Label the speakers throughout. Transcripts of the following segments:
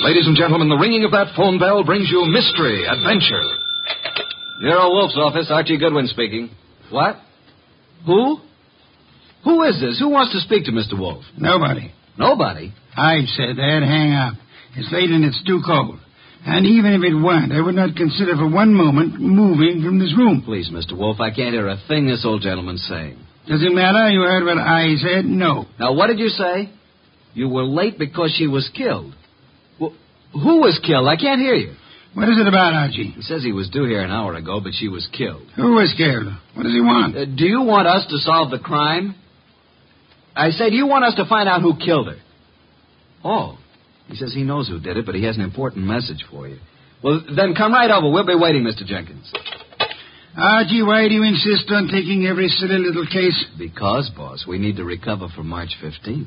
Speaker 1: Ladies and gentlemen, the ringing of that phone bell brings you mystery, adventure.
Speaker 2: Nero Wolf's office, Archie Goodwin speaking. What? Who? Who is this? Who wants to speak to Mr. Wolf?
Speaker 3: Nobody.
Speaker 2: Nobody.
Speaker 3: I've said that. Hang up. It's late and it's too cold. And even if it weren't, I would not consider for one moment moving from this room.
Speaker 2: Please, Mr. Wolf, I can't hear a thing this old gentleman's saying.
Speaker 3: Does it matter? You heard what I said? No.
Speaker 2: Now, what did you say? You were late because she was killed. Well, who was killed? I can't hear you.
Speaker 3: What is it about, Archie?
Speaker 2: He says he was due here an hour ago, but she was killed.
Speaker 3: Who was killed? What does he want?
Speaker 2: Uh, do you want us to solve the crime? I say, do you want us to find out who killed her? Oh. He says he knows who did it, but he has an important message for you. Well, then come right over. We'll be waiting, Mr. Jenkins.
Speaker 3: Archie, why do you insist on taking every silly little case?
Speaker 2: Because, boss, we need to recover for March 15th.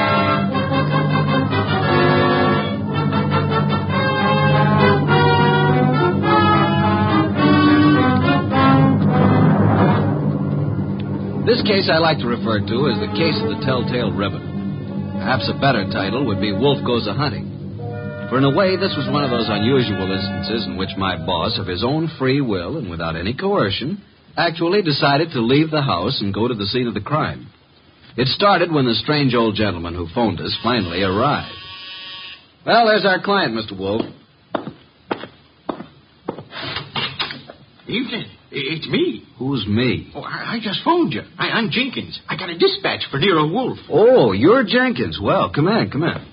Speaker 2: This case I like to refer to as the case of the Telltale Ribbon. Perhaps a better title would be Wolf Goes a Hunting. For in a way, this was one of those unusual instances in which my boss, of his own free will and without any coercion, actually decided to leave the house and go to the scene of the crime. It started when the strange old gentleman who phoned us finally arrived. Well, there's our client, Mr. Wolf.
Speaker 4: Evening. It's me.
Speaker 2: Who's me?
Speaker 4: Oh, I, I just phoned you. I, I'm Jenkins. I got a dispatch for Nero Wolf.
Speaker 2: Oh, you're Jenkins. Well, come in, come in.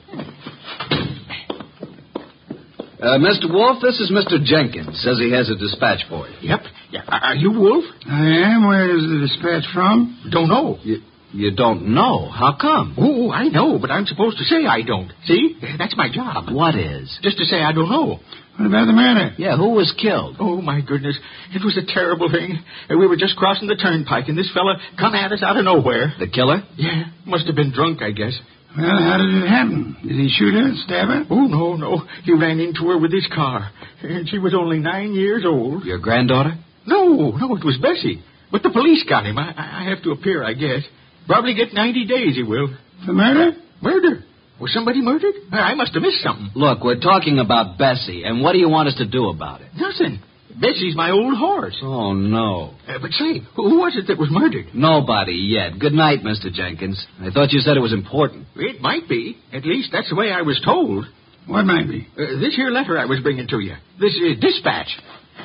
Speaker 2: Uh, Mr. Wolf, this is Mr. Jenkins. Says he has a dispatch for you.
Speaker 4: Yep. Yeah. Are are you Wolf?
Speaker 3: I am. Where is the dispatch from?
Speaker 4: Don't know.
Speaker 2: You, you don't know. How come?
Speaker 4: Oh, I know, but I'm supposed to say I don't. See? That's my job.
Speaker 2: What is?
Speaker 4: Just to say I don't know.
Speaker 3: What about the murder?
Speaker 2: Yeah, who was killed?
Speaker 4: Oh, my goodness. It was a terrible thing. Uh, We were just crossing the turnpike, and this fella come at us out of nowhere.
Speaker 2: The killer?
Speaker 4: Yeah. Must have been drunk, I guess.
Speaker 3: Well, how did it happen? Did he shoot her? Stab her?
Speaker 4: Oh, no, no. He ran into her with his car. And she was only nine years old.
Speaker 2: Your granddaughter?
Speaker 4: No, no, it was Bessie. But the police got him. I, I I have to appear, I guess. Probably get 90 days, he will.
Speaker 3: For murder?
Speaker 4: Murder? Was somebody murdered? I I must have missed something.
Speaker 2: Look, we're talking about Bessie, and what do you want us to do about it?
Speaker 4: Nothing. Bessie's my old horse.
Speaker 2: Oh, no.
Speaker 4: Uh, but say, who who was it that was murdered?
Speaker 2: Nobody yet. Good night, Mr. Jenkins. I thought you said it was important.
Speaker 4: It might be. At least that's the way I was told.
Speaker 3: What might be?
Speaker 4: Uh, this here letter I was bringing to you. This is dispatch.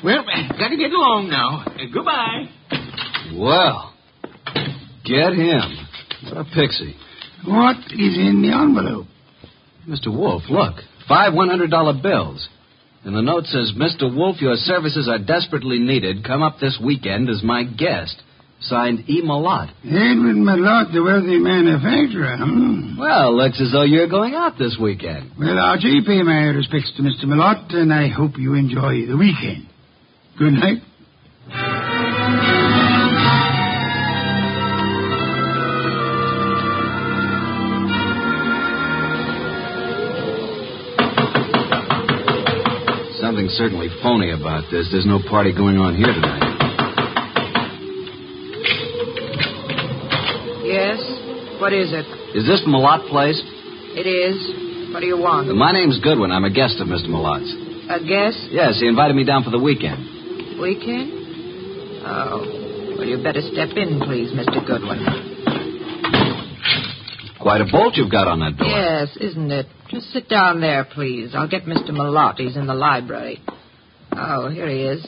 Speaker 4: Well, uh, gotta get along now. Uh, goodbye.
Speaker 2: Well, get him. What a pixie.
Speaker 3: What is in the envelope?
Speaker 2: Mr. Wolf, look. Five $100 bills. And the note says, Mr. Wolf, your services are desperately needed. Come up this weekend as my guest. Signed E. Malott.
Speaker 3: Edward Malott, the wealthy manufacturer. Hmm.
Speaker 2: Well, looks as though you're going out this weekend.
Speaker 3: Well, Archie, pay my respects to Mr. Malott, and I hope you enjoy the weekend. Good night.
Speaker 2: Something certainly phony about this. There's no party going on here tonight.
Speaker 5: Yes? What is it?
Speaker 2: Is this Malott place?
Speaker 5: It is. What do you want?
Speaker 2: My name's Goodwin. I'm a guest of Mr. Malott's.
Speaker 5: A guest?
Speaker 2: Yes, he invited me down for the weekend.
Speaker 5: Weekend? Oh. Well, you better step in, please, Mr. Goodwin.
Speaker 2: Quite a bolt you've got on that door.
Speaker 5: Yes, isn't it? Just sit down there, please. I'll get Mr. Malott. He's in the library. Oh, here he is.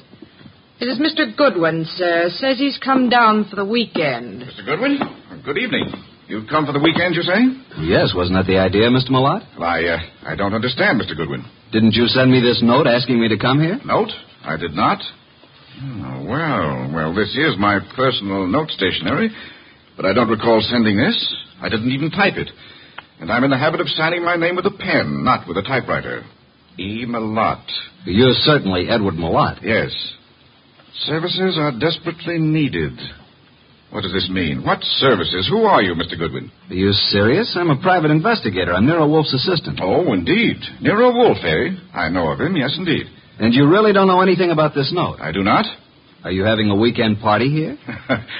Speaker 5: It is Mr. Goodwin, sir. Says he's come down for the weekend.
Speaker 6: Mr. Goodwin, good evening. You've come for the weekend, you say?
Speaker 2: Yes, wasn't that the idea, Mr. Malott?
Speaker 6: Well, I, uh, I don't understand, Mr. Goodwin.
Speaker 2: Didn't you send me this note asking me to come here?
Speaker 6: Note? I did not. Oh, well, well, this is my personal note stationery, but I don't recall sending this. I didn't even type it.
Speaker 3: And I'm in the habit of signing my name with a pen, not with a typewriter. E. Malott.
Speaker 2: You're certainly Edward Malott.
Speaker 3: Yes. Services are desperately needed. What does this mean? What services? Who are you, Mr. Goodwin?
Speaker 2: Are you serious? I'm a private investigator. I'm Nero Wolf's assistant.
Speaker 3: Oh, indeed. Nero Wolfe, eh? I know of him, yes, indeed.
Speaker 2: And you really don't know anything about this note.
Speaker 3: I do not?
Speaker 2: Are you having a weekend party here?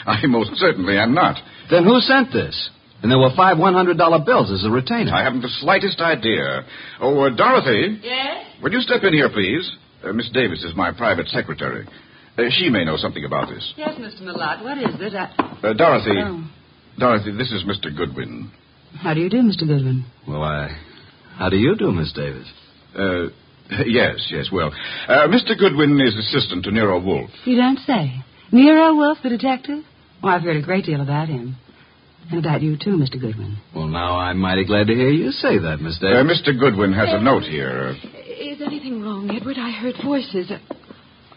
Speaker 3: I most certainly am not.
Speaker 2: Then who sent this? And there were five $100 bills as a retainer.
Speaker 3: I haven't the slightest idea. Oh, uh, Dorothy,
Speaker 7: Yes?
Speaker 3: would you step in here, please? Uh, Miss Davis is my private secretary. Uh, she may know something about this.
Speaker 7: Yes, Mr. Millard. What is this? I...
Speaker 3: Uh, Dorothy,
Speaker 7: Oh.
Speaker 3: Dorothy, this is Mr. Goodwin.
Speaker 7: How do you do, Mr. Goodwin?
Speaker 2: Well, I. How do you do, Miss Davis?
Speaker 3: Uh, yes, yes, well. Uh, Mr. Goodwin is assistant to Nero Wolfe.
Speaker 5: You don't say. Nero Wolf, the detective? Well, I've heard a great deal about him. And about you, too, Mr. Goodwin.
Speaker 2: Well, now I'm mighty glad to hear you say that, Miss
Speaker 3: Uh,
Speaker 2: Davis.
Speaker 3: Mr. Goodwin has a note here.
Speaker 5: Is anything wrong, Edward? I heard voices.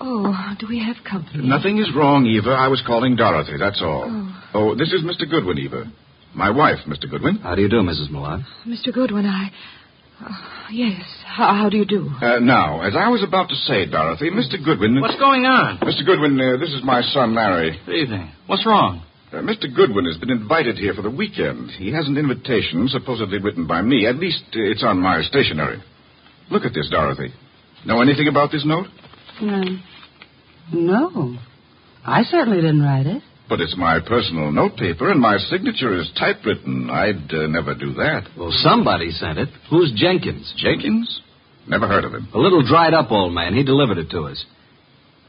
Speaker 5: Oh, do we have company?
Speaker 3: Nothing is wrong, Eva. I was calling Dorothy, that's all. Oh, this is Mr. Goodwin, Eva. My wife, Mr. Goodwin.
Speaker 2: How do you do, Mrs. Malott?
Speaker 5: Mr. Goodwin, I. uh, yes. How, how do you do?
Speaker 3: Uh, now, as I was about to say, Dorothy, Mr. Goodwin.
Speaker 4: What's going on?
Speaker 3: Mr. Goodwin, uh, this is my son, Larry.
Speaker 4: Good evening. What's wrong?
Speaker 3: Uh, Mr. Goodwin has been invited here for the weekend. He has an invitation supposedly written by me. At least uh, it's on my stationery. Look at this, Dorothy. Know anything about this note?
Speaker 5: no. I certainly didn't write it.
Speaker 3: But it's my personal notepaper, and my signature is typewritten. I'd uh, never do that.
Speaker 2: Well, somebody sent it. Who's Jenkins?
Speaker 3: Jenkins? Never heard of him.
Speaker 2: A little dried up old man. He delivered it to us.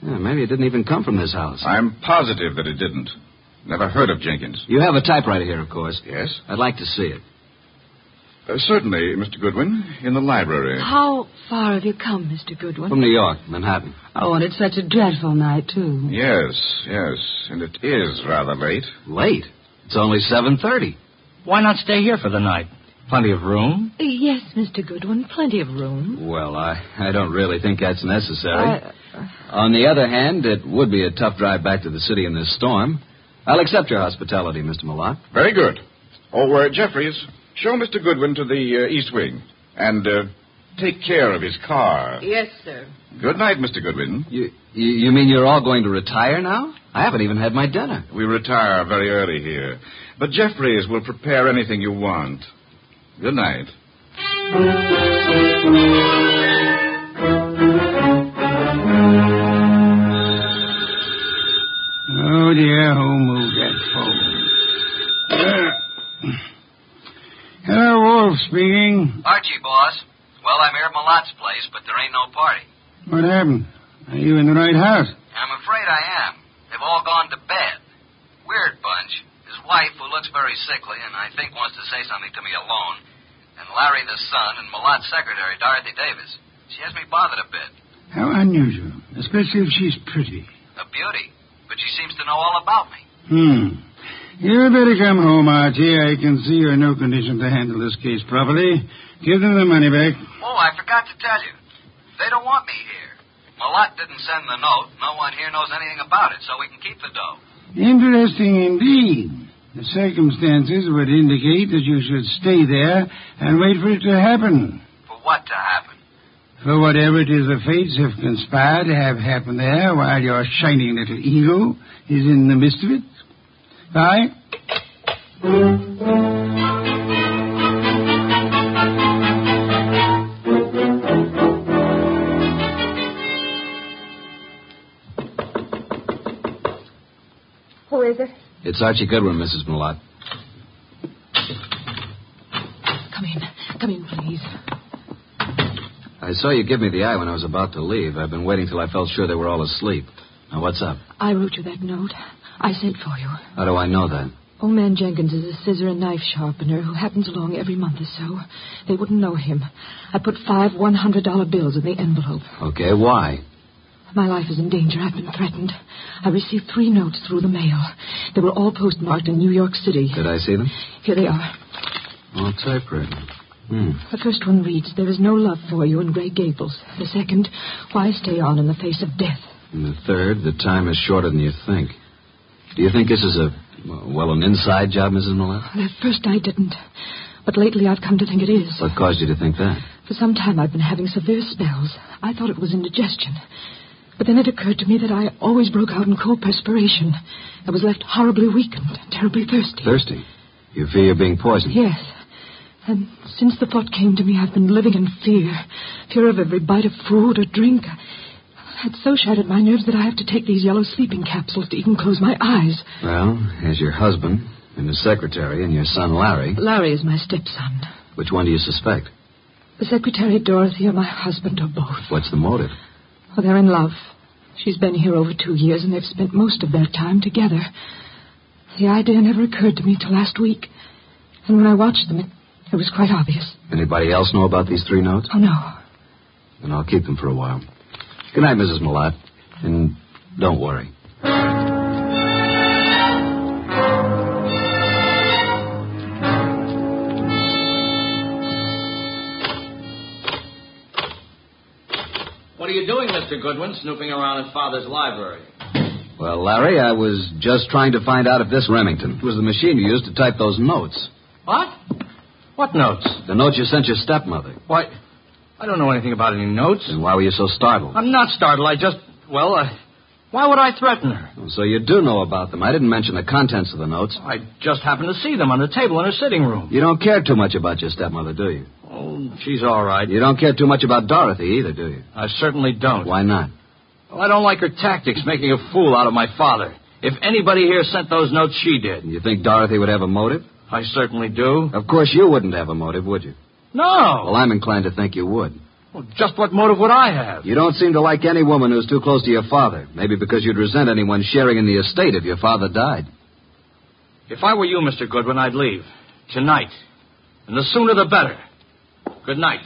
Speaker 2: Yeah, maybe it didn't even come from this house.
Speaker 3: I'm positive that it didn't. Never heard of Jenkins.
Speaker 2: You have a typewriter here, of course.
Speaker 3: Yes?
Speaker 2: I'd like to see it.
Speaker 3: Uh, certainly, Mr. Goodwin, in the library.
Speaker 5: How far have you come, Mr. Goodwin?
Speaker 2: From New York, Manhattan.
Speaker 5: Oh, and it's such a dreadful night, too.
Speaker 3: Yes, yes, and it is rather late.
Speaker 2: Late. It's only 7.30.
Speaker 4: Why not stay here for the night? Plenty of room.
Speaker 5: Yes, Mr. Goodwin, plenty of room. Uh,
Speaker 2: Well, I, I don't really think that's necessary.
Speaker 5: I-
Speaker 2: On the other hand, it would be a tough drive back to the city in this storm. I'll accept your hospitality, Mr. Malott.
Speaker 3: Very good. Oh, uh, Jeffries, show Mr. Goodwin to the uh, East Wing. And uh, take care of his car.
Speaker 7: Yes, sir.
Speaker 3: Good night, Mr. Goodwin.
Speaker 2: You, you, you mean you're all going to retire now? I haven't even had my dinner.
Speaker 3: We retire very early here. But Jeffries will prepare anything you want. Good night.
Speaker 8: Oh, dear. Who moved that forward? Uh, Hello, Wolf speaking.
Speaker 2: Archie, boss. Well, I'm here at Malott's place, but there ain't no party.
Speaker 8: What happened? Are you in the right house?
Speaker 2: I'm afraid I am. They've all gone to bed. Weird bunch. His wife, who looks very sickly and I think wants to say something to me alone, and Larry the son, and Malott's secretary, Dorothy Davis. She has me bothered a bit.
Speaker 8: How unusual, especially if she's pretty.
Speaker 2: A beauty, but she seems to know all about me.
Speaker 8: Hmm. You better come home, Archie. I can see you're in no condition to handle this case properly. Give them the money back.
Speaker 2: Oh, I forgot to tell you. They don't want me here. Malott didn't send the note. No one here knows anything about it, so we can keep the dough.
Speaker 8: Interesting indeed. The circumstances would indicate that you should stay there and wait for it to happen.
Speaker 2: For what to happen?
Speaker 8: For whatever it is the fates have conspired to have happen there while your shining little ego is in the midst of it. Bye.
Speaker 9: Who is it?
Speaker 2: It's Archie Goodwin, Mrs. Malott.
Speaker 5: Come in. Come in, please.
Speaker 2: I saw you give me the eye when I was about to leave. I've been waiting till I felt sure they were all asleep. Now, what's up?
Speaker 5: I wrote you that note. I sent for you.
Speaker 2: How do I know that?
Speaker 5: Old man Jenkins is a scissor and knife sharpener who happens along every month or so. They wouldn't know him. I put five $100 bills in the envelope.
Speaker 2: Okay, why?
Speaker 5: My life is in danger. I've been threatened. I received three notes through the mail. They were all postmarked in New York City.
Speaker 2: Did I see them?
Speaker 5: Here they are.
Speaker 2: All typewritten. Hmm.
Speaker 5: The first one reads, There is no love for you in Grey Gables. The second, Why stay on in the face of death?
Speaker 2: And the third, the time is shorter than you think. Do you think this is a, well, an inside job, Mrs. Malott?
Speaker 5: At first I didn't. But lately I've come to think it is.
Speaker 2: What caused you to think that?
Speaker 5: For some time I've been having severe spells. I thought it was indigestion. But then it occurred to me that I always broke out in cold perspiration. I was left horribly weakened, terribly thirsty.
Speaker 2: Thirsty? You fear you're being poisoned?
Speaker 5: Yes. And since the thought came to me, I've been living in fear. Fear of every bite of food or drink. It's so shattered my nerves that I have to take these yellow sleeping capsules to even close my eyes.
Speaker 2: Well, as your husband and his secretary and your son Larry,
Speaker 5: Larry is my stepson.
Speaker 2: which one do you suspect?
Speaker 5: The secretary, Dorothy, or my husband, or both.
Speaker 2: What's the motive?
Speaker 5: Well, they're in love. She's been here over two years, and they've spent most of their time together. The idea never occurred to me till last week. And when I watched them, it, it was quite obvious.
Speaker 2: Anybody else know about these three notes?
Speaker 5: Oh, no.
Speaker 2: Then I'll keep them for a while. Good night, Mrs. Malott. And don't worry.
Speaker 4: What are you doing, Mr. Goodwin, snooping around in Father's library?
Speaker 2: Well, Larry, I was just trying to find out if this Remington was the machine you used to type those notes.
Speaker 4: What? What notes?
Speaker 2: The notes you sent your stepmother.
Speaker 4: Why, I don't know anything about any notes.
Speaker 2: Then why were you so startled?
Speaker 4: I'm not startled. I just, well, uh, why would I threaten her?
Speaker 2: So you do know about them. I didn't mention the contents of the notes.
Speaker 4: I just happened to see them on the table in her sitting room.
Speaker 2: You don't care too much about your stepmother, do you?
Speaker 4: Oh, she's all right.
Speaker 2: You don't care too much about Dorothy either, do you?
Speaker 4: I certainly don't.
Speaker 2: Why not?
Speaker 4: Well, I don't like her tactics, making a fool out of my father. If anybody here sent those notes, she did.
Speaker 2: You think Dorothy would have a motive?
Speaker 4: I certainly do.
Speaker 2: Of course, you wouldn't have a motive, would you? Well,
Speaker 4: No.
Speaker 2: I'm inclined to think you would.
Speaker 4: Well, just what motive would I have?
Speaker 2: You don't seem to like any woman who's too close to your father. Maybe because you'd resent anyone sharing in the estate if your father died.
Speaker 4: If I were you, Mr. Goodwin, I'd leave. Tonight. And the sooner the better. Good night.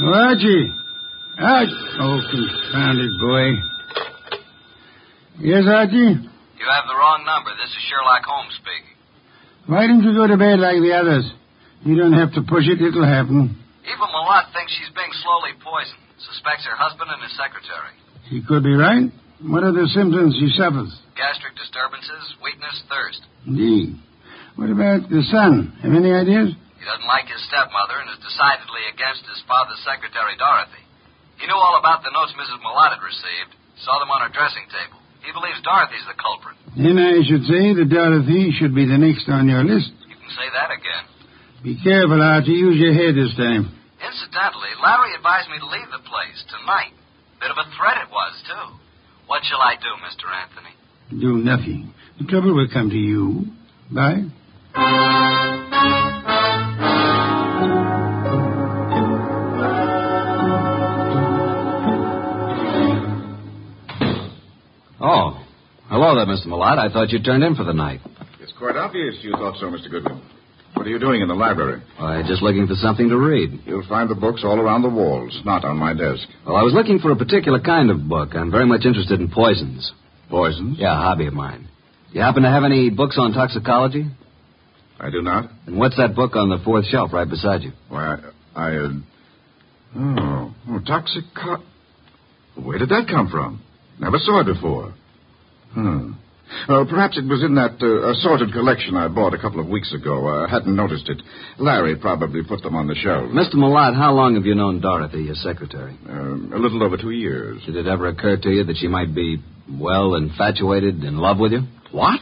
Speaker 3: Oh, Archie. Arch. Oh, confounded boy. Yes, Archie?
Speaker 2: You have the wrong number. This is Sherlock Holmes speaking.
Speaker 3: Why don't you go to bed like the others? You don't have to push it. It'll happen.
Speaker 2: Eva Malott thinks she's being slowly poisoned. Suspects her husband and his secretary.
Speaker 3: She could be right. What are the symptoms she suffers?
Speaker 2: Gastric disturbances, weakness, thirst.
Speaker 3: Indeed. What about the son? Have any ideas?
Speaker 2: He doesn't like his stepmother and is decidedly against his father's secretary, Dorothy. He knew all about the notes Mrs. Malott had received, saw them on her dressing table. He believes Dorothy's the culprit.
Speaker 3: Then I should say that Dorothy should be the next on your list.
Speaker 2: You can say that again.
Speaker 3: Be careful, Archie. Use your head this time.
Speaker 2: Incidentally, Larry advised me to leave the place tonight. Bit of a threat it was, too. What shall I do, Mr. Anthony?
Speaker 3: Do nothing. The trouble will come to you. Bye.
Speaker 2: Oh, hello there, Mr. Malott. I thought you turned in for the night.
Speaker 6: It's quite obvious you thought so, Mr. Goodwin. What are you doing in the library?
Speaker 2: Why, just looking for something to read.
Speaker 6: You'll find the books all around the walls, not on my desk.
Speaker 2: Well, I was looking for a particular kind of book. I'm very much interested in poisons.
Speaker 6: Poisons?
Speaker 2: Yeah, a hobby of mine. You happen to have any books on toxicology?
Speaker 6: I do not.
Speaker 2: And what's that book on the fourth shelf right beside you?
Speaker 6: Why, I. I uh... Oh, oh, toxico. Where did that come from? Never saw it before. Hmm. Well, perhaps it was in that uh, assorted collection I bought a couple of weeks ago. I hadn't noticed it. Larry probably put them on the shelf.
Speaker 2: Mr. Malott, how long have you known Dorothy, your secretary?
Speaker 6: Um, a little over two years.
Speaker 2: Did it ever occur to you that she might be, well, infatuated, in love with you?
Speaker 6: What?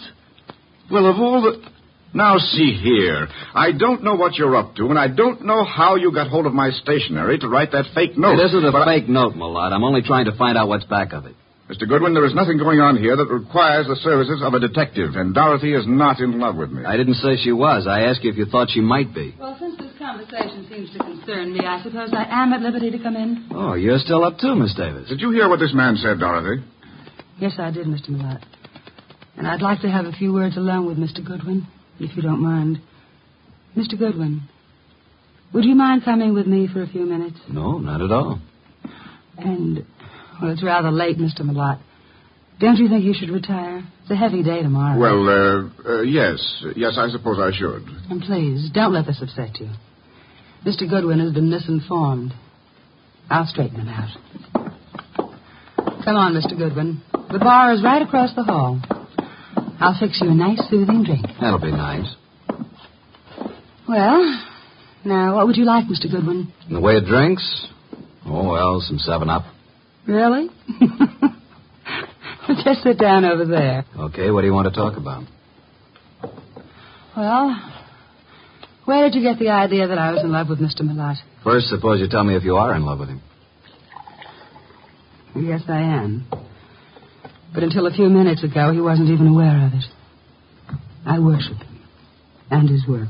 Speaker 6: Well, of all the. Now, see here. I don't know what you're up to, and I don't know how you got hold of my stationery to write that fake note.
Speaker 2: it isn't a
Speaker 6: Oh, but I-
Speaker 2: fake note, Malott. I'm only trying to find out what's back of it.
Speaker 6: Mr. Goodwin, there is nothing going on here that requires the services of a detective, and Dorothy is not in love with me.
Speaker 2: I didn't say she was. I asked you if you thought she might be.
Speaker 10: Well, since this conversation seems to concern me, I suppose I am at liberty to come in.
Speaker 2: Oh, you're still up too, Miss Davis.
Speaker 6: Did you hear what this man said, Dorothy?
Speaker 10: Yes, I did, Mr. Millard. And I'd like to have a few words alone with Mr. Goodwin, if you don't mind. Mr. Goodwin, would you mind coming with me for a few minutes?
Speaker 2: No, not at all.
Speaker 10: And, well, it's rather late, Mr. Millard. Don't you think you should retire? It's a heavy day tomorrow.
Speaker 6: Well, uh, uh, yes. Yes, I suppose I should.
Speaker 10: And please, don't let this upset you. Mr. Goodwin has been misinformed. I'll straighten him out.
Speaker 5: Come on, Mr. Goodwin. The bar is right across the hall. I'll fix you a nice soothing drink.
Speaker 2: That'll be nice.
Speaker 5: Well, now, what would you like, Mr. Goodwin?
Speaker 2: In the way of drinks? Oh, well, some 7 Up.
Speaker 5: Really? Just sit down over there.
Speaker 2: Okay, what do you want to talk about?
Speaker 5: Well, where did you get the idea that I was in love with Mr. Millot?
Speaker 2: First, suppose you tell me if you are in love with him.
Speaker 5: Yes, I am. But until a few minutes ago, he wasn't even aware of it. I worship him and his work.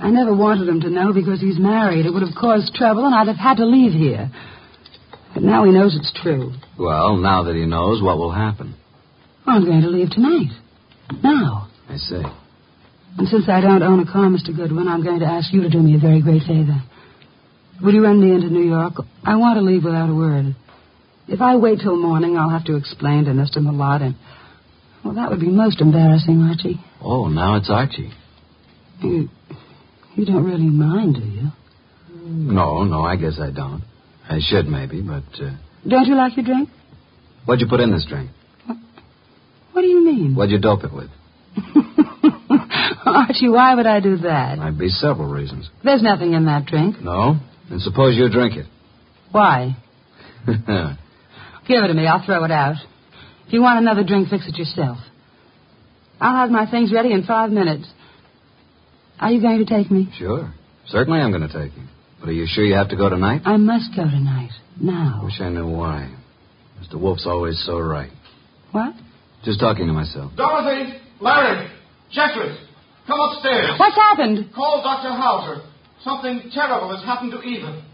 Speaker 5: I never wanted him to know because he's married. It would have caused trouble, and I'd have had to leave here. But now he knows it's true. Oh,
Speaker 2: Well, now that he knows, what will happen?
Speaker 5: I'm going to leave tonight. Now.
Speaker 2: I see.
Speaker 5: And since I don't own a car, Mr. Goodwin, I'm going to ask you to do me a very great favor. Would you run me into New York? I want to leave without a word. If I wait till morning, I'll have to explain to Mr. Millard, and well, that would be most embarrassing, Archie.
Speaker 2: Oh, now it's Archie.
Speaker 5: You, you don't really mind, do you?
Speaker 2: No, no, I guess I don't. I should maybe, but uh,
Speaker 5: Don't you like your drink?
Speaker 2: what'd you put in this drink?
Speaker 5: What do you mean?
Speaker 2: What'd you dope it with?
Speaker 5: Archie, why would I do that?
Speaker 2: Might be several reasons.
Speaker 5: There's nothing in that drink.
Speaker 2: No, and suppose you drink
Speaker 5: Why?
Speaker 2: it.
Speaker 5: Give it to me. I'll throw it out. If you want another drink, fix it yourself. I'll have my things ready in five minutes. Are you going to take me?
Speaker 2: sure, certainly I'm going to take you. But are you sure you have to go tonight?
Speaker 5: I must go tonight.
Speaker 2: I
Speaker 5: Now.
Speaker 2: wish I knew why. Mr. Wolf's always so right.
Speaker 5: What?
Speaker 2: Just talking to myself.
Speaker 11: Dorothy, Larry, Jeffries, come upstairs.
Speaker 5: What's happened?
Speaker 11: Call Dr. Hauser. Something terrible has happened to Eva.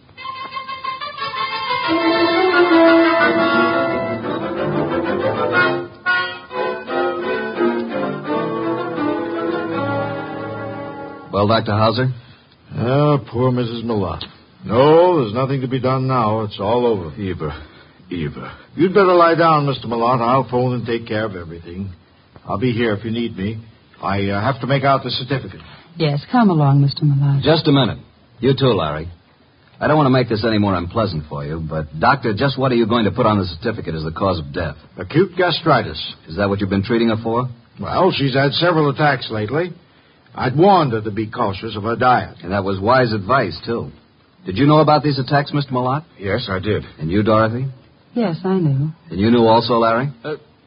Speaker 2: Well, Dr. Hauser?
Speaker 12: Ah, poor Mrs. Millot. No, there's nothing to be done now. It's all over.
Speaker 10: Eva. Eva.
Speaker 12: You'd better lie down, Mr. Millot. I'll phone and take care of everything. I'll be here if you need me. I uh, have to make out the certificate.
Speaker 5: Yes, come along, Mr. Millard.
Speaker 2: Just a minute. You too, Larry. I don't want to make this any more unpleasant for you, but, Doctor, just what are you going to put on the certificate as the cause of death?
Speaker 12: Acute gastritis.
Speaker 2: Is that what you've been treating her for?
Speaker 12: Well, she's had several attacks lately. I'd warned her to be cautious of her diet.
Speaker 2: And that was wise advice, too. Did you know about these attacks, Mr. Malott?
Speaker 10: Yes, I did.
Speaker 2: And you, Dorothy?
Speaker 5: Yes, I knew.
Speaker 2: And you knew also, Larry?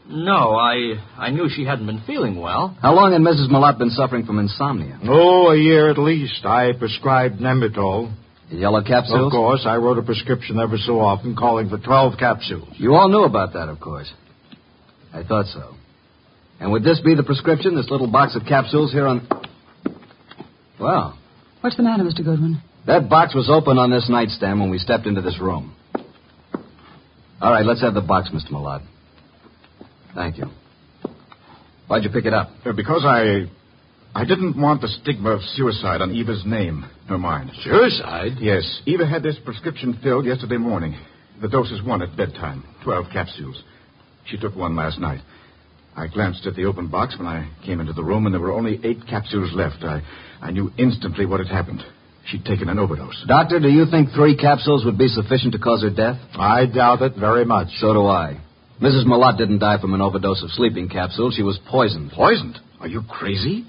Speaker 4: No, I I knew she hadn't been feeling well.
Speaker 2: How long had Mrs. Malott been suffering from insomnia?
Speaker 12: Oh, a year at least. I prescribed Nemitol.
Speaker 2: The yellow capsules?
Speaker 12: Of course, I wrote a prescription ever so often calling for 12 capsules.
Speaker 2: You all knew about that, of course. I thought so. And would this be the prescription, this little box of capsules here on. Well,
Speaker 5: What's the matter, Mr. Goodwin?
Speaker 2: that box was open on this nightstand when we stepped into this room. All right, let's have the box, Mr. Millard. Thank you. Why'd you pick it up?
Speaker 10: Uh, because I. I didn't want the stigma of suicide on Eva's name, her mind.
Speaker 12: Suicide?
Speaker 10: Yes. Eva had this prescription filled yesterday morning. The dose is one at bedtime, 12 capsules. She took one last night. I glanced at the open box when I came into the room, and there were only eight capsules left. I, I knew instantly what had happened. She'd taken an overdose.
Speaker 2: Doctor, do you think three capsules would be sufficient to cause her death?
Speaker 12: I doubt it very much.
Speaker 2: So do I. Mrs. Malott didn't die from an overdose of sleeping capsules. She was poisoned.
Speaker 10: Poisoned? Are you crazy?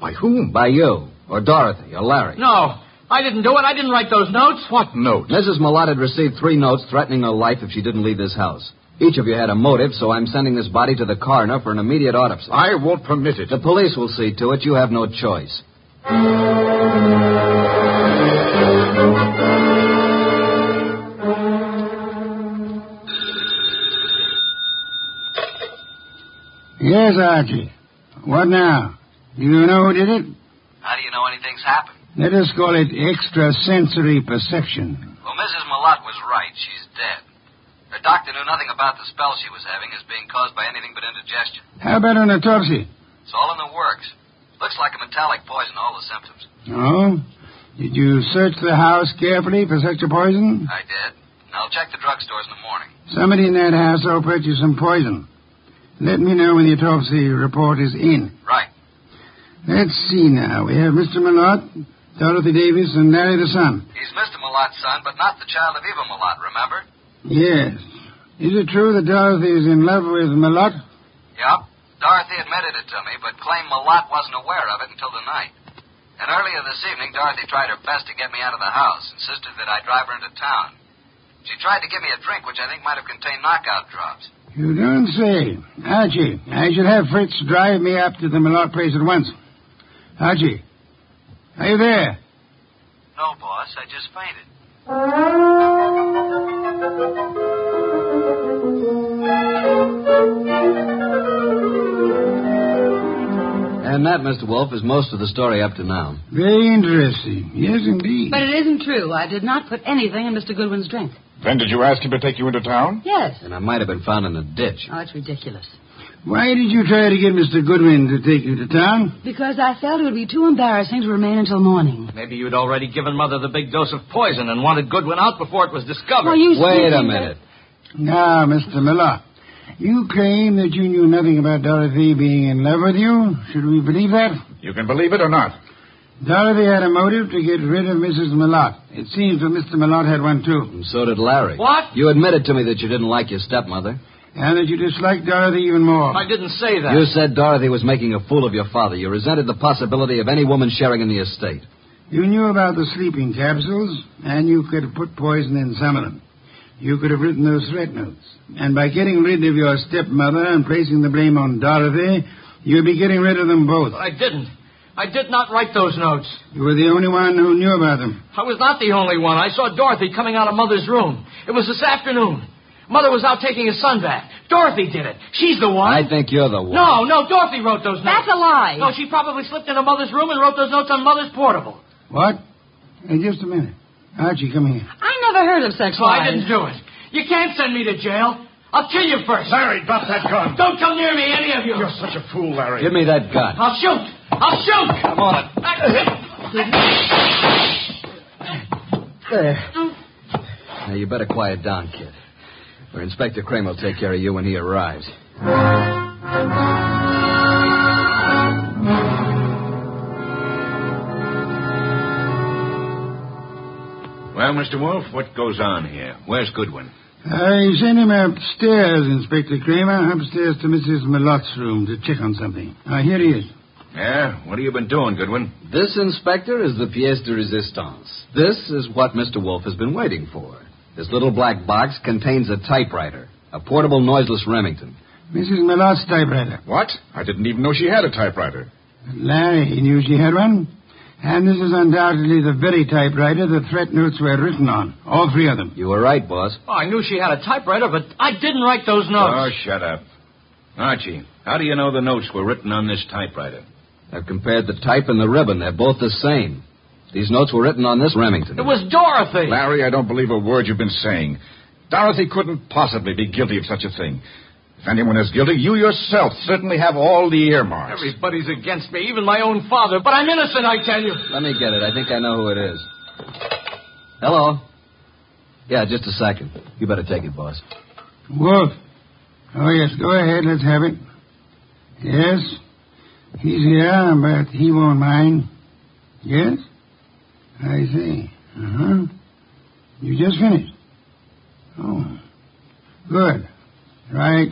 Speaker 10: By whom?
Speaker 2: By you, or Dorothy, or Larry.
Speaker 4: No, I didn't do it. I didn't write those notes.
Speaker 10: What note?
Speaker 2: Mrs. Malott had received three notes threatening her life if she didn't leave this house. Each of you had a motive, so I'm sending this body to the coroner for an immediate autopsy.
Speaker 10: I won't permit it.
Speaker 2: The police will see to it. You have no choice.
Speaker 3: Yes, Archie. What now? Do you know who did it?
Speaker 2: How do you know anything's happened?
Speaker 3: Let us call it extrasensory perception.
Speaker 2: Well, Mrs. Malott was right. She's dead. Her doctor knew nothing about the spell she was having as being caused by anything but indigestion.
Speaker 3: How about an autopsy?
Speaker 2: It's all in the works. Looks like a metallic poison, all the symptoms.
Speaker 3: No. Did you search the house carefully for such a poison?
Speaker 2: I did. And I'll check the drugstores in the morning.
Speaker 3: Somebody in that house will purchase some poison. Let me know when the autopsy report is in.
Speaker 2: Right.
Speaker 3: Let's see now. We have Mr. Millard, Dorothy Davis, and Larry the son.
Speaker 2: He's Mr. Malott's son, but not the child of Eva Malott, remember?
Speaker 3: Yes. Is it true that Dorothy is in love with Malott?
Speaker 2: Yep. Dorothy admitted it to me, but claimed Malott wasn't aware of it until tonight. And earlier this evening, Dorothy tried her best to get me out of the house, insisted that I drive her into town. She tried to give me a drink, which I think might have contained knockout drops.
Speaker 3: You don't say. Archie, I should have Fritz drive me up to the Malott place at once. Archie, are you there?
Speaker 2: No, boss, I just fainted. And that, Mr. Wolf, is most of the story up to now.
Speaker 3: Very interesting. Yes, indeed.
Speaker 13: But it isn't true. I did not put anything in Mr. Goodwin's drink.
Speaker 6: Then did you ask him to take you into town?
Speaker 13: Yes.
Speaker 2: And I might have been found in a ditch.
Speaker 13: Oh, it's ridiculous.
Speaker 3: Why did you try to get Mr. Goodwin to take you to town?
Speaker 13: Because I felt it would be too embarrassing to remain until morning.
Speaker 4: Maybe you'd already given Mother the big dose of poison and wanted Goodwin out before it was discovered.
Speaker 13: Well, you
Speaker 2: Wait
Speaker 13: sneaky-
Speaker 2: a minute.
Speaker 3: Now, Mr. Ah, Miller, you claim that you knew nothing about Dorothy being in love with you. Should we believe that?
Speaker 6: You can believe it or not.
Speaker 3: Dorothy had a motive to get rid of Mrs. Malott. It seems that Mr. Malott had one too,
Speaker 2: And so did Larry.
Speaker 4: What?
Speaker 2: You admitted to me that you didn't like your stepmother.
Speaker 3: and that you disliked Dorothy even more.
Speaker 4: I didn't say that.
Speaker 2: You said Dorothy was making a fool of your father. You resented the possibility of any woman sharing in the estate.
Speaker 3: You knew about the sleeping capsules, and you could have put poison in some of them. You could have written those threat notes. And by getting rid of your stepmother and placing the blame on Dorothy, you'd be getting rid of them both.
Speaker 4: I didn't. I did not write those notes.
Speaker 3: You were the only one who knew about them.
Speaker 4: I was not the only one. I saw Dorothy coming out of Mother's room. It was this afternoon. Mother was out taking a sun bath. Dorothy did it. She's the one.
Speaker 2: I think you're the one.
Speaker 4: No, no, Dorothy wrote those notes.
Speaker 13: That's a lie.
Speaker 4: No, she probably slipped into Mother's room and wrote those notes on Mother's portable.
Speaker 3: What? Hey, just a minute. Archie, come here.
Speaker 13: Oh, I never heard of such
Speaker 4: So I
Speaker 13: lies.
Speaker 4: didn't do it. You can't send me to jail. I'll kill you first.
Speaker 6: Larry, drop that gun.
Speaker 4: Don't come near me, any of you.
Speaker 6: You're such a fool, Larry.
Speaker 2: Give me that gun.
Speaker 4: I'll shoot. I'll shoot. Come
Speaker 2: on. There. Now, you better quiet down, kid. Or Inspector Crane will take care of you when he arrives.
Speaker 14: Well, Mr. Wolf, what goes on here? Where's Goodwin?
Speaker 3: I sent him upstairs, Inspector Kramer, upstairs to Mrs. Malott's room to check on something. Ah, here he is.
Speaker 14: Yeah? What have you been doing, Goodwin?
Speaker 2: This, Inspector, is the pièce de résistance. This is what Mr. Wolf has been waiting for. This little black box contains a typewriter, a portable noiseless Remington.
Speaker 3: Mrs. Malott's typewriter.
Speaker 6: What? I didn't even know she had a typewriter.
Speaker 3: Larry, he knew she had one. And this is undoubtedly the very typewriter the threat notes were written on. All three of them.
Speaker 2: You were right, boss.
Speaker 4: Oh, I knew she had a typewriter, but I didn't write those
Speaker 14: Oh,
Speaker 4: notes.
Speaker 14: shut up. Archie, how do you know the notes were written on this typewriter?
Speaker 2: I've compared the type and the ribbon. They're both the same. These notes were written on this Remington.
Speaker 4: it was Dorothy.
Speaker 6: Larry, I don't believe a word you've been saying. Dorothy couldn't possibly be guilty of such a thing. If anyone is guilty, you yourself certainly have all the earmarks.
Speaker 4: Everybody's against me, even my own father, but I'm innocent, I tell you.
Speaker 2: Let me get it. I think I know who it is. Hello? Yeah, just a second. You better take it, boss.
Speaker 3: Wolf. Oh, yes, go ahead. Let's have it. Yes. He's here, but he won't mind. Yes? I see. Uh huh. You just finished. Oh. Good. Right.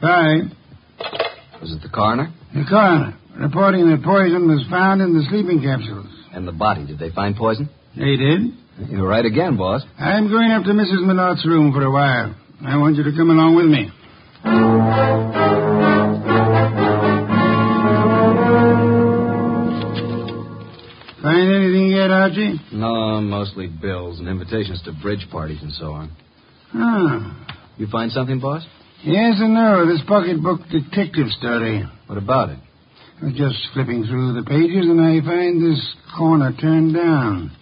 Speaker 3: Bye.
Speaker 2: Was it the coroner?
Speaker 3: The coroner, reporting that poison was found in the sleeping capsules.
Speaker 2: And the body. Did they find poison?
Speaker 3: They did.
Speaker 2: You were right again, boss.
Speaker 3: I'm going up to Mrs. Millard's room for a while. I want you to come along with me. Find anything yet, Archie?
Speaker 2: No, mostly bills and invitations to bridge parties and so on.
Speaker 3: Ah.
Speaker 2: You find something, boss?
Speaker 3: Yes and no, this pocketbook detective story.
Speaker 2: What about it?
Speaker 3: I was just flipping through the pages and I find this corner turned down.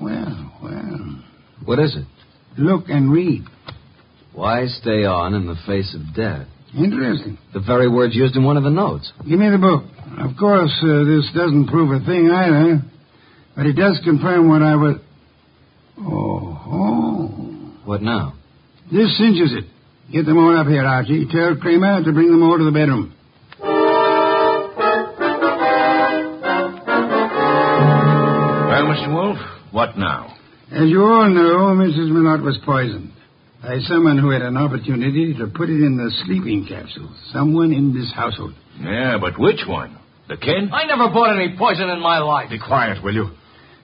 Speaker 3: Well, well.
Speaker 2: What is it?
Speaker 3: Look and read.
Speaker 2: Why stay on in the face of death?
Speaker 3: Interesting.
Speaker 2: The very words used in one of the notes.
Speaker 3: Give me the book. Of course, uh, this doesn't prove a thing either, but it does confirm what I was. Oh, oh.
Speaker 2: What now?
Speaker 3: This cinches it. Get them all up here, Archie. Tell Kramer to bring them all to the bedroom.
Speaker 14: Well, Mr. Wolf, what now?
Speaker 3: As you all know, Mrs. Minot was poisoned. by someone who had an opportunity to put it in the sleeping capsule. Someone in this household.
Speaker 4: Yeah, but which one? The kid?
Speaker 15: I never bought any poison in my life.
Speaker 4: Be quiet, will you?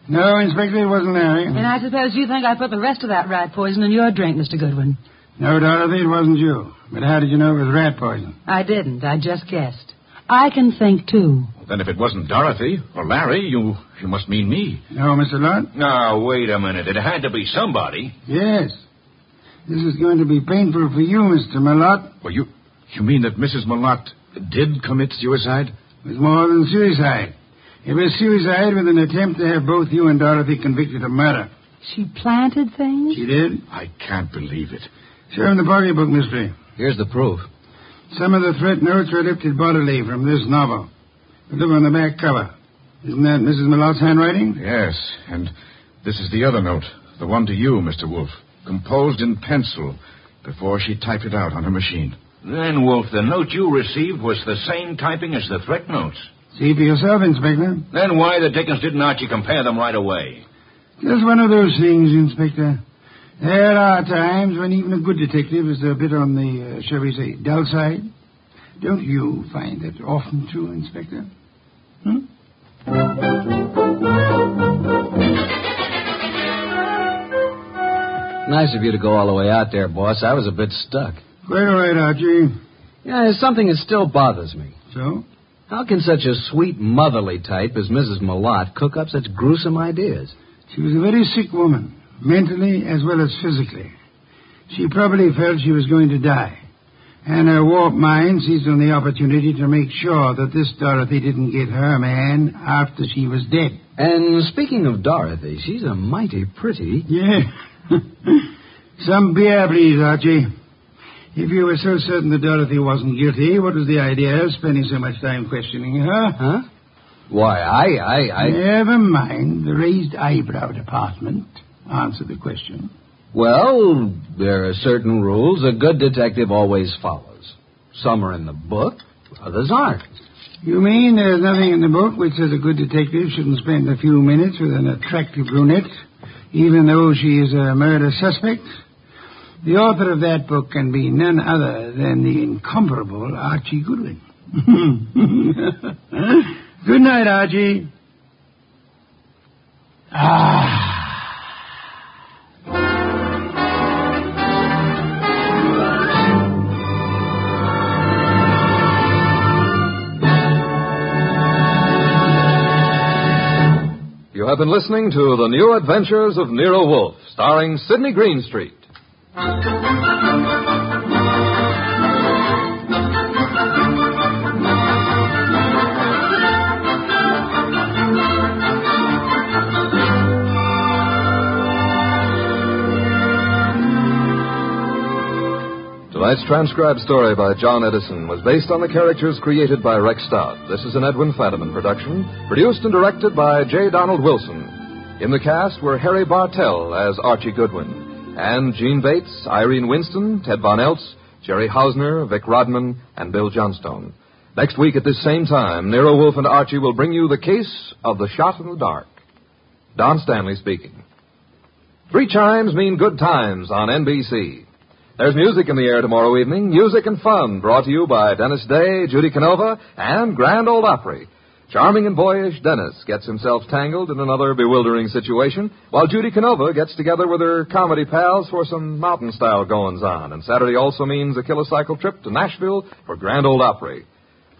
Speaker 3: No, Inspector, it wasn't Larry.
Speaker 5: And I suppose you think I put the rest of that rat poison in your drink, Mr. Goodwin.
Speaker 3: No, Dorothy, it wasn't you. But how did you know it was rat poison?
Speaker 5: I didn't. I just guessed. I can think, too.
Speaker 4: Then if it wasn't Dorothy or Larry, you you must mean me.
Speaker 3: No, Mr. Lott?
Speaker 4: Now, wait a minute. It had to be somebody.
Speaker 3: Yes. This is going to be painful for you, Mr. Malott.
Speaker 16: Well, you you mean that Mrs. Malott did commit suicide?
Speaker 3: It was more than suicide. It was suicide with an attempt to have both you and Dorothy convicted of murder.
Speaker 5: She planted things?
Speaker 3: She did?
Speaker 16: I can't believe it.
Speaker 3: Show him the pocketbook, mystery.
Speaker 17: Here's the proof.
Speaker 3: Some of the threat notes were lifted bodily from this novel. Look on the back cover. Isn't that Mrs. Malott's handwriting?
Speaker 16: Yes, and this is the other note, the one to you, Mr. Wolf, composed in pencil before she typed it out on her machine.
Speaker 4: Then, Wolf, the note you received was the same typing as the threat notes.
Speaker 3: See for yourself, Inspector.
Speaker 4: Then why the dickens didn't Archie compare them right away?
Speaker 3: Just one of those things, Inspector. There are times when even a good detective is a bit on the, uh, shall we say, dull side. Don't you find that often true, Inspector? Hmm?
Speaker 17: Nice of you to go all the way out there, boss. I was a bit stuck.
Speaker 3: Quite all right, Archie.
Speaker 17: Yeah, there's something that still bothers me.
Speaker 3: So?
Speaker 17: How can such a sweet, motherly type as Mrs. Malott cook up such gruesome ideas?
Speaker 3: She was a very sick woman, mentally as well as physically. She probably felt she was going to die. And her warped mind seized on the opportunity to make sure that this Dorothy didn't get her man after she was dead.
Speaker 17: And speaking of Dorothy, she's a mighty pretty.
Speaker 3: Yeah. Some beer, please, Archie. If you were so certain that Dorothy wasn't guilty, what was the idea of spending so much time questioning her?
Speaker 17: Huh? Why, I, I, I.
Speaker 3: Never mind the raised eyebrow department. Answer the question.
Speaker 17: Well, there are certain rules a good detective always follows. Some are in the book, others aren't.
Speaker 3: You mean there's nothing in the book which says a good detective shouldn't spend a few minutes with an attractive brunette, even though she is a murder suspect? The author of that book can be none other than the incomparable Archie Goodwin. Good night, Archie. Ah.
Speaker 2: You have been listening to The New Adventures of Nero Wolf, starring Sidney Greenstreet. Tonight's transcribed story by John Edison was based on the characters created by Rex Stout. This is an Edwin Fadiman production, produced and directed by J. Donald Wilson. In the cast were Harry Bartell as Archie Goodwin, and Gene Bates, Irene Winston, Ted Von Eltz, Jerry Hausner, Vic Rodman, and Bill Johnstone. Next week at this same time, Nero Wolf and Archie will bring you the case of the shot in the dark. Don Stanley speaking. Three chimes mean good times on NBC. There's music in the air tomorrow evening, music and fun, brought to you by Dennis Day, Judy Canova, and Grand Old Opry. Charming and boyish, Dennis gets himself tangled in another bewildering situation, while Judy Canova gets together with her comedy pals for some mountain style goings on. And Saturday also means a kilocycle trip to Nashville for Grand Old Opry.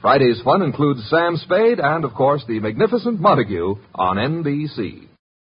Speaker 2: Friday's fun includes Sam Spade and, of course, the magnificent Montague on NBC.